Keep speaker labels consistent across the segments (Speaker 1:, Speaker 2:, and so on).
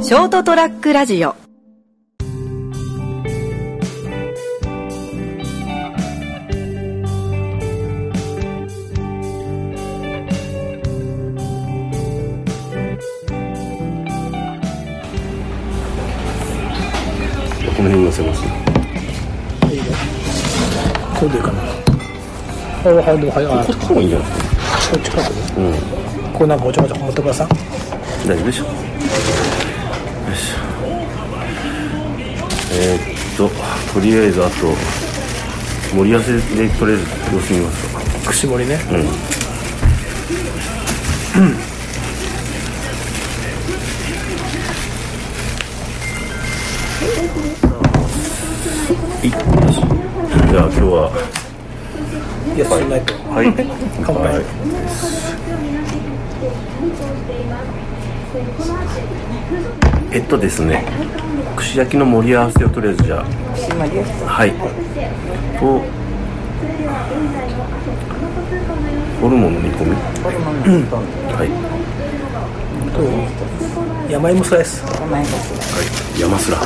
Speaker 1: ショートトラックラジオ
Speaker 2: この辺に乗せます
Speaker 3: こうでいいかなあはいでもはいあ
Speaker 2: こっちの方がいいんじゃないですか
Speaker 3: こっちか
Speaker 2: うん
Speaker 3: こうなんかおちょこちょこ持ってください
Speaker 2: 大丈夫でしょよいしょえー、っととりあえずあと盛り合わせでとりあえず様子見ますか
Speaker 3: 串盛りね
Speaker 2: うんいよしじゃあ今日はい
Speaker 3: やそんないと
Speaker 2: はい
Speaker 3: 乾杯
Speaker 2: はいえっとですね串焼きの盛り合わせをとりあえずじゃあはいとホルモンの煮込み
Speaker 4: ホルモンの煮込み、
Speaker 2: はい
Speaker 3: 山芋スライス
Speaker 4: お前ですね。
Speaker 2: はい山すら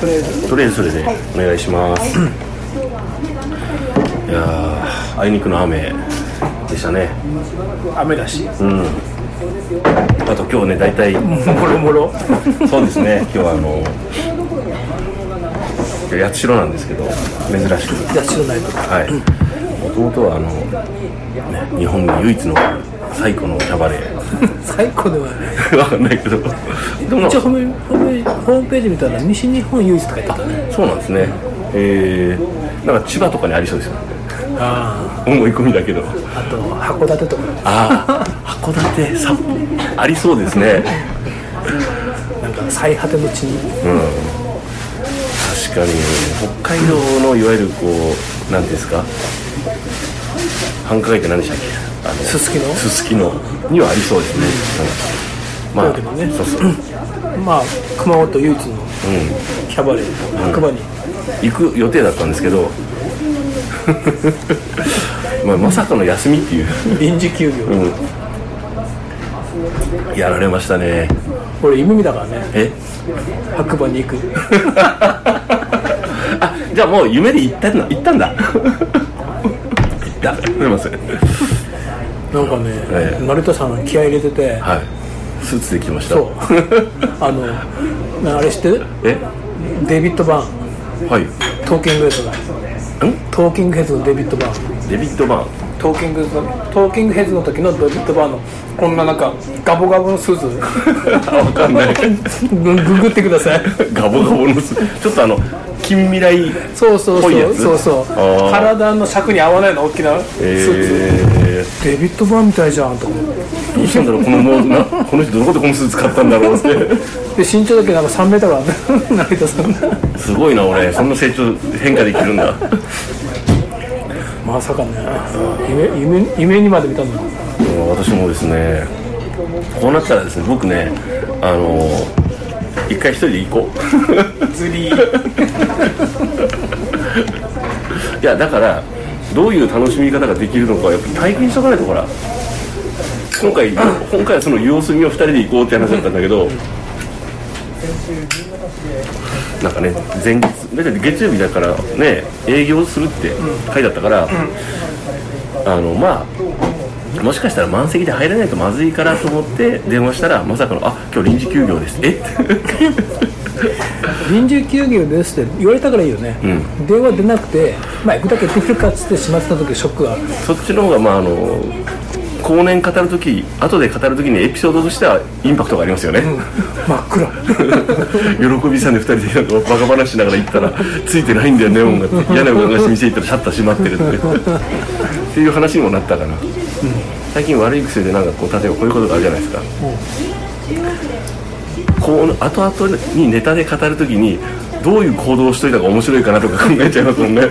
Speaker 3: とりあえず
Speaker 2: とりあえずそれでお願いします、い、やーあいにくの雨でしたね
Speaker 3: 雨だし
Speaker 2: あと今日ね大体
Speaker 3: もろもろ
Speaker 2: そうですね今日はあの今日八代なんですけど珍しく
Speaker 3: だしのないと
Speaker 2: はいもともとはあの、ね、日本唯一の最古のキャバレー
Speaker 3: 最高ではない
Speaker 2: わかんないけどでもなんか
Speaker 3: 一応ホームホームホームページ見たら西日本唯一って書いてたね
Speaker 2: そうなんですねえー、なんか千葉とかにありそうですよ
Speaker 3: あ
Speaker 2: 思い込みだけど
Speaker 3: ああと函館とか
Speaker 2: ああ函館札幌ありそうです ね
Speaker 3: なんか最果ての地に
Speaker 2: 確かに北海道のいわゆるこう何ですか繁華街って何でしたっけあの
Speaker 3: すすきの
Speaker 2: すすきのにはありそうですね、うん、ま
Speaker 3: だけどね
Speaker 2: あそうそう
Speaker 3: まあ熊本唯一のキャバレー白馬に
Speaker 2: 行く予定だったんですけど まあまさかの休みっていう
Speaker 3: 臨時休業
Speaker 2: やられましたね
Speaker 3: 俺夢見だからね
Speaker 2: え
Speaker 3: 白馬に行く
Speaker 2: あじゃあもう夢で行ったんだ行ったんだ 行ったすいません
Speaker 3: なんかね、
Speaker 2: ええ
Speaker 3: 成田さん気合い入れてて、
Speaker 2: はいスーツで来ました
Speaker 3: そうあのなあれ知ってる
Speaker 2: え
Speaker 3: デビッド・バーン
Speaker 2: はいん
Speaker 3: トーキングヘッドがトーキングヘッドのデビッド・バーン
Speaker 2: デビッド・バーン
Speaker 3: トーキングヘッドのトーキングヘッドの時のデビッド・バーンのこんななんかガボガボのスーツ
Speaker 2: わかんない
Speaker 3: グググってください
Speaker 2: ガボガボのスちょっとあの近未来
Speaker 3: そうそう
Speaker 2: ぽいや
Speaker 3: そう
Speaker 2: つ
Speaker 3: そうそう
Speaker 2: あー
Speaker 3: 体の尺に合わないの大きなスーツ、
Speaker 2: えー
Speaker 3: デビッド・バーンみたいじゃんと思って
Speaker 2: どうしたんだろうこのもうなこの人どこでこのスーツ買ったんだろうって
Speaker 3: で身長だけなんか3メートルある成田さ ん
Speaker 2: すごいな俺そんな成長変化できるんだ
Speaker 3: まさかね夢夢夢にまで見たんだ
Speaker 2: うん私もですねこうなったらですね僕ねあの一回一人で行こ
Speaker 3: ズリ
Speaker 2: ういやだからどういう楽しみ方ができるのかやっぱ体験しとかないとほら今回今回はその様子見を二人で行こうって話だったんだけどなんかね前日だって月曜日だからね営業するって書いてあったから、あのまあもしかしたら満席で入れないとまずいからと思って電話したらまさかの「あ今日臨時休業です」え って
Speaker 3: 臨時休業ですって言われたからいいよね、電話出なくて、まあ、行くだけ行ってくるかっつってしまってた時ショックがある
Speaker 2: そっちの方がまああの後年語る時後で語る時にエピソードとしてはインパクトがありますよね、
Speaker 3: 真っ暗
Speaker 2: 喜びさんで2人でなんかバカ話しながら行ったらついてないんだよね音楽って嫌な音がして店行ったらシャッター閉まってるってっていう話にもなったかな、最近悪い癖でなんかこう例えばこういうことがあるじゃないですか、こう後々にネタで語るときにどういう行動をしといた方が面白いかなとか考えちゃいますもんね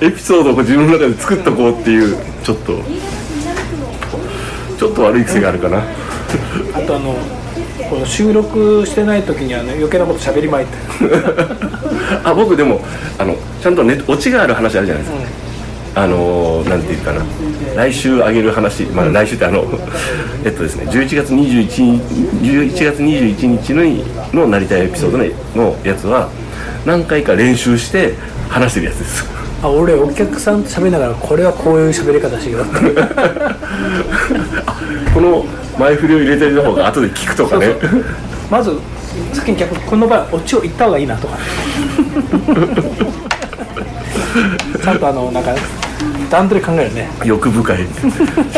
Speaker 2: エピソードをこう自分の中で作っとこうっていうちょっとちょっと悪い癖があるかな
Speaker 3: あとあのこの収録してない時にあの余計なこと喋りまいって
Speaker 2: あ僕でもあのちゃんとねオチがある話あるじゃないですか、あのーなんていうかな来週上げる話、まあ、来週ってあの えっとですね11月21日11月21日ののなりたいエピソードののやつは何回か練習して話してるやつです
Speaker 3: あ俺お客さんと喋りながらこれはこういう喋り方しようって
Speaker 2: この前振りを入れてる方が後で聞くとかね
Speaker 3: まず先に逆にこの場合はオチを言った方がいいな とかちゃんとあのなんか段取り考えるね
Speaker 2: 欲深いし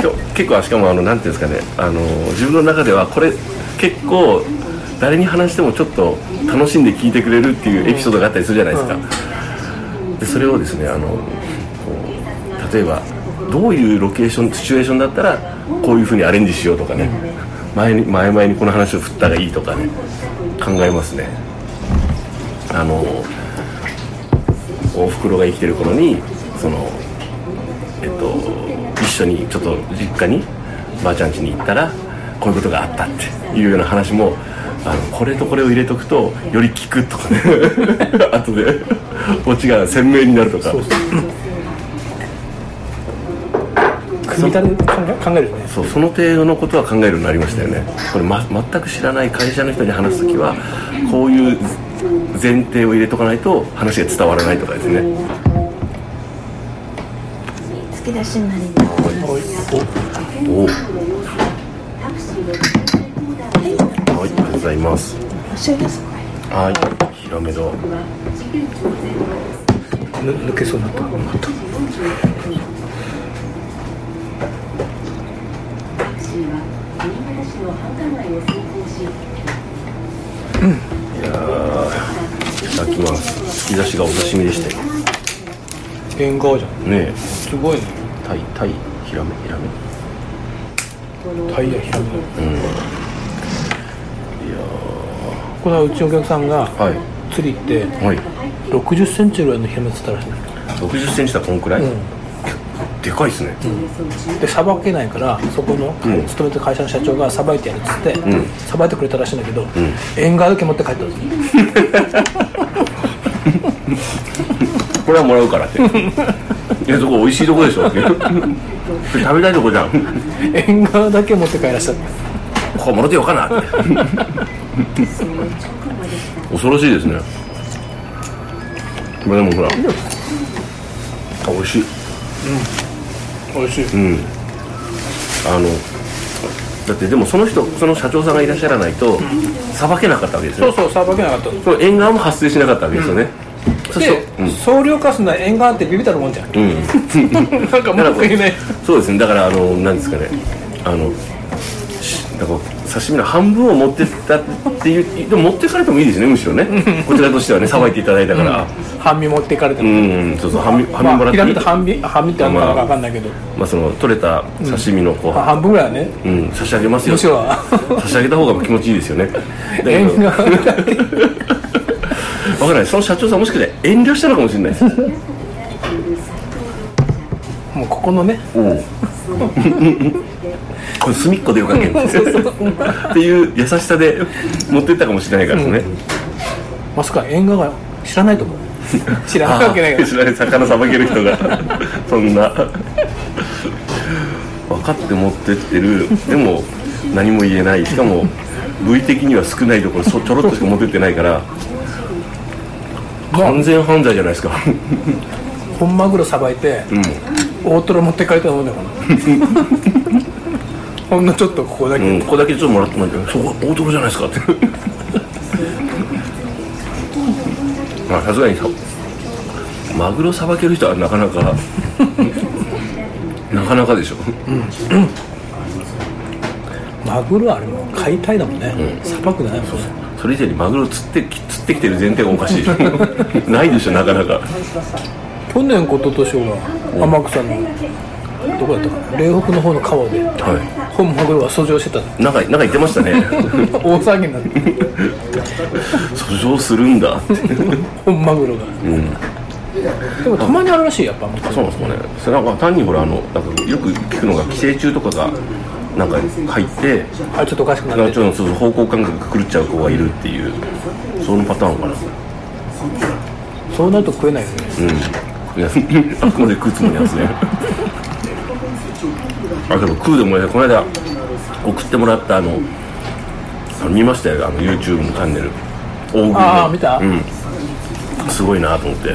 Speaker 2: かも結構しかもあのなんていうんですかねあの自分の中ではこれ結構誰に話してもちょっと楽しんで聞いてくれるっていうエピソードがあったりするじゃないですか、でそれをですねあのこう例えばどういうロケーションシチュエーションだったらこういうふうにアレンジしようとかね、前に前々にこの話を振ったらいいとかね考えますねあのおふくろが生きてる頃にそのえっと、一緒にちょっと実家にばあちゃん家に行ったらこういうことがあったっていうような話もあのこれとこれを入れとくとより効くとかね 後でオチが鮮明になるとかそう
Speaker 3: 組み立て考え考えるよね
Speaker 2: その程度のことは考えるようになりましたよねこれ、ま、全く知らない会社の人に話す時はこういう前提を入れとかないと話が伝わらないとかですね
Speaker 1: 突き出しになります。
Speaker 3: おい
Speaker 2: おおはいありがとうございます
Speaker 1: 一緒ですか。
Speaker 2: はいヒラメだ
Speaker 3: おぬ抜けそうになった
Speaker 2: いただきます突き出しがお刺身でしたよ
Speaker 3: 縁側じゃん
Speaker 2: ねえ
Speaker 3: すごいね
Speaker 2: タイタイヒラメヒラメ
Speaker 3: タイヤ広くうんいやこの間うちのお客さんが
Speaker 2: はい
Speaker 3: 釣り行って
Speaker 2: はい
Speaker 3: 6 0センチぐらいのヒラメ釣ったらしい
Speaker 2: 6 0センチだこんくらい、
Speaker 3: うん
Speaker 2: でかいですね、
Speaker 3: でさばけないからそこの
Speaker 2: うん
Speaker 3: 勤めてる会社の社長がさばいてやるっつって
Speaker 2: ん
Speaker 3: さば、いてくれたらしいんだけど、縁側だけ持って帰ったんですよ
Speaker 2: これはもらうからって いやそこ美味しいとこでしょって食べたいとこじゃん
Speaker 3: 縁側だけ持って帰らしたって
Speaker 2: ここもろてよかなって恐ろしいですねまあでもほらあ美味しい
Speaker 3: おいしい、
Speaker 2: あのだってでもその人その社長さんがいらっしゃらないとさばけなかったわけですよ
Speaker 3: そうそうさばけなかったの
Speaker 2: その縁側も発生しなかったわけですよね、そして
Speaker 3: で、送料化すのは縁側ってビビたるもんじゃん、なんか文句言えない
Speaker 2: そうですねだからあの何ですかねあのしなんか刺身の半分を持ってったっていうでも持ってかれてもいいですねむしろね こちらとしてはねさばいていただいたから
Speaker 3: 半身持っていかれて
Speaker 2: う
Speaker 3: も、
Speaker 2: ん、そうそう半身半身も
Speaker 3: ま
Speaker 2: ら
Speaker 3: あ、
Speaker 2: って
Speaker 3: 開けた半身半身ってあんなのか分かんないけど、
Speaker 2: まあその取れた刺身のこう、
Speaker 3: まあ半分ぐらいはね
Speaker 2: うん、差し上げますよ
Speaker 3: むしろは
Speaker 2: 差し上げた方が気持ちいいですよねだけど
Speaker 3: 縁側 だけ
Speaker 2: 分からないその社長さんもしかして遠慮したのかもしれないです
Speaker 3: もうここのね
Speaker 2: おお これ隅っこでよかけんですっていう優しさで持ってったかもしれないからね、
Speaker 3: まさか縁側が知らな いと思う知らないわけないから
Speaker 2: 知らない魚さばける人がそんな分かって持ってってるでも何も言えないしかも部位的には少ないところそちょろっとしか持ってってないから完全犯罪じゃないですか
Speaker 3: 本マグロさばいて、大トロ持って帰ったも んだからほんのちょっとここだけ、
Speaker 2: うんここだけちょっともらってもらってそこ大トロじゃないですかってまあさすがにさマグロさばける人はなかなかなかなかでしょ
Speaker 3: マグロはあれもう解体だもんねさば、くじゃないもんね
Speaker 2: それ以前にマグロ釣ってき釣ってきてる前提がおかしいでしょない でしょなかなか
Speaker 3: 去年こととしは天草のどこだったかな嶺北の方の川で
Speaker 2: は
Speaker 3: 本マグロが遡上してた の
Speaker 2: いなんかなんか言ってましたね
Speaker 3: 大騒ぎになって
Speaker 2: 訴状するんだって
Speaker 3: 本マグロが、でもたまにあるらしいやっぱ
Speaker 2: そうなんですかねそれなんか単にほらあのなんかよく聞くのが寄生虫とかがなんか入って
Speaker 3: あれちょっとおかしくな
Speaker 2: な
Speaker 3: っ
Speaker 2: んか
Speaker 3: て
Speaker 2: ちょっとそうそう方向感覚狂っちゃう子がいるっていうそのパターンかな
Speaker 3: そうなると食えないよね
Speaker 2: うんいやあくまで食うつもりなんですねあでも食うでもねこの間送ってもらったあのあの見ましたよあの YouTube のチャンネル大食いの
Speaker 3: ああ見た
Speaker 2: うんすごいなと思って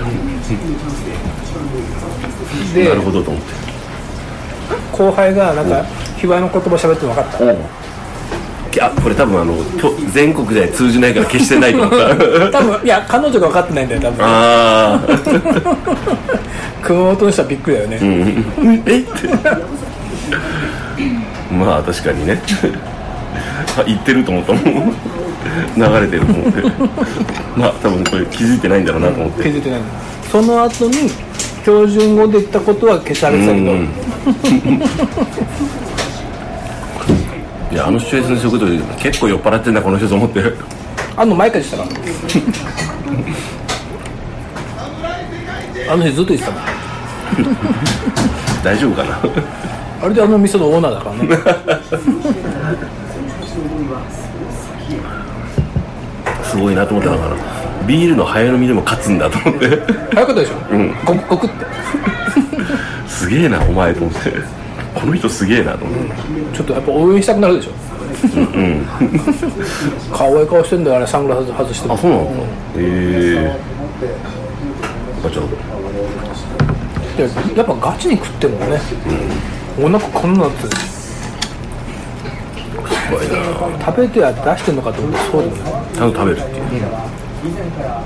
Speaker 3: で
Speaker 2: なるほどと思って
Speaker 3: 後輩がなんか卑猥の言葉喋ってるの分かった
Speaker 2: いやこれ多分あのきょ全国で通じないから決してないと思った
Speaker 3: 多分いや彼女が分かってないんだよ多分
Speaker 2: ああ
Speaker 3: 熊本の人はびっくりだよね、
Speaker 2: うんえってまあ確かにねあ言ってると思ったもん流れてると思ってまあ多分これ気づいてないんだろうなと思って
Speaker 3: 気づいてないのその後に標準語で言ったことは消されてたけど、
Speaker 2: うんいやあのシチュエーションの食堂結構酔っ払ってんだこの人と思って
Speaker 3: あの前からしたからあの日ずっと言ってたもん
Speaker 2: 大丈夫かな
Speaker 3: あれであの店のオーナーだからね
Speaker 2: すごいなと思ったのかなビールの早飲みでも勝つんだと思って
Speaker 3: 早かったでしょ、ごくごくって
Speaker 2: すげえなお前と思ってこの人すげえなと思って
Speaker 3: ちょっとやっぱ応援したくなるでしょ可愛 い顔してんだよあれサングラス外して
Speaker 2: あそうなのかへえやっぱちょっと
Speaker 3: でやっぱガチに食ってるのね、お腹こんななってる
Speaker 2: 怖いな
Speaker 3: 食べては出してんのかと思ってそうでもない
Speaker 2: ちゃんと食べるっ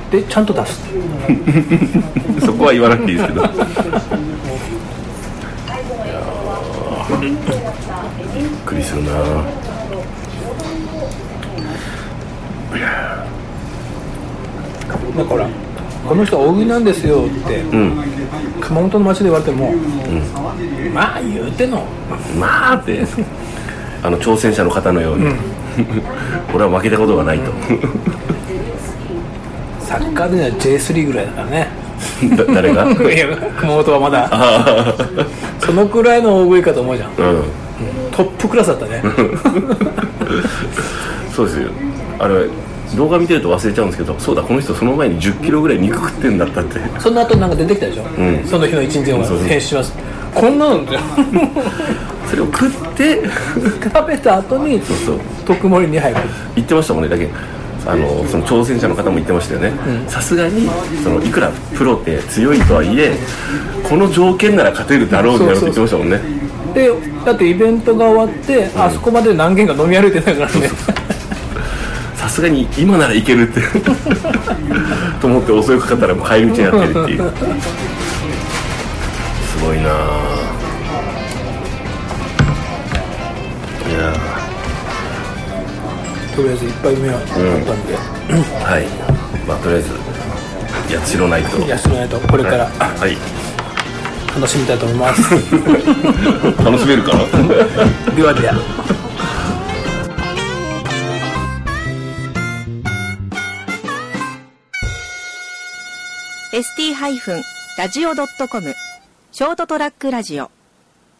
Speaker 2: ていう
Speaker 3: でちゃんと出す
Speaker 2: そこは言わなくていいですけどいやーびっくりするな
Speaker 3: だからこの人は大食いなんですよって、熊本の町で言われても、まあ言うての
Speaker 2: まあってあの挑戦者の方のように、俺は負けたことがないと
Speaker 3: サッカーでには J3 ぐらいだからね
Speaker 2: だ誰 が
Speaker 3: いや熊本はまだそのくらいの大食いかと思うじゃん
Speaker 2: うん
Speaker 3: トップクラスだったね
Speaker 2: そうですよあれ動画見てると忘れちゃうんですけどそうだこの人その前に1 0キロぐらい肉食ってんだったって
Speaker 3: その後なんか出てきたでしょ、
Speaker 2: ん
Speaker 3: その日の一日の
Speaker 2: そうそう
Speaker 3: 編集しますこんなのじゃん
Speaker 2: それを食って
Speaker 3: 食べた後に
Speaker 2: そうそう
Speaker 3: 特盛り2杯食う
Speaker 2: 言ってましたもんねだけあのその挑戦者の方も言ってましたよねさすがにそのいくらプロって強いとはいえこの条件なら勝てるだろうみたいなこと言ってましたもんね
Speaker 3: でだってイベントが終わって、あそこまで何軒か飲み歩いてないからね
Speaker 2: さすがに今ならいけるって と思って襲いかかったらもう帰り道になってるっていうすごいなあいや
Speaker 3: とりあえず一杯目はあったんで、
Speaker 2: あはいまあとりあえずいやろないと
Speaker 3: 休まないとこれから
Speaker 2: はい
Speaker 3: 楽しみたいと思います
Speaker 2: 楽しめるかな
Speaker 3: ではでは
Speaker 5: ー ST-radio.com ショートトラックラジオ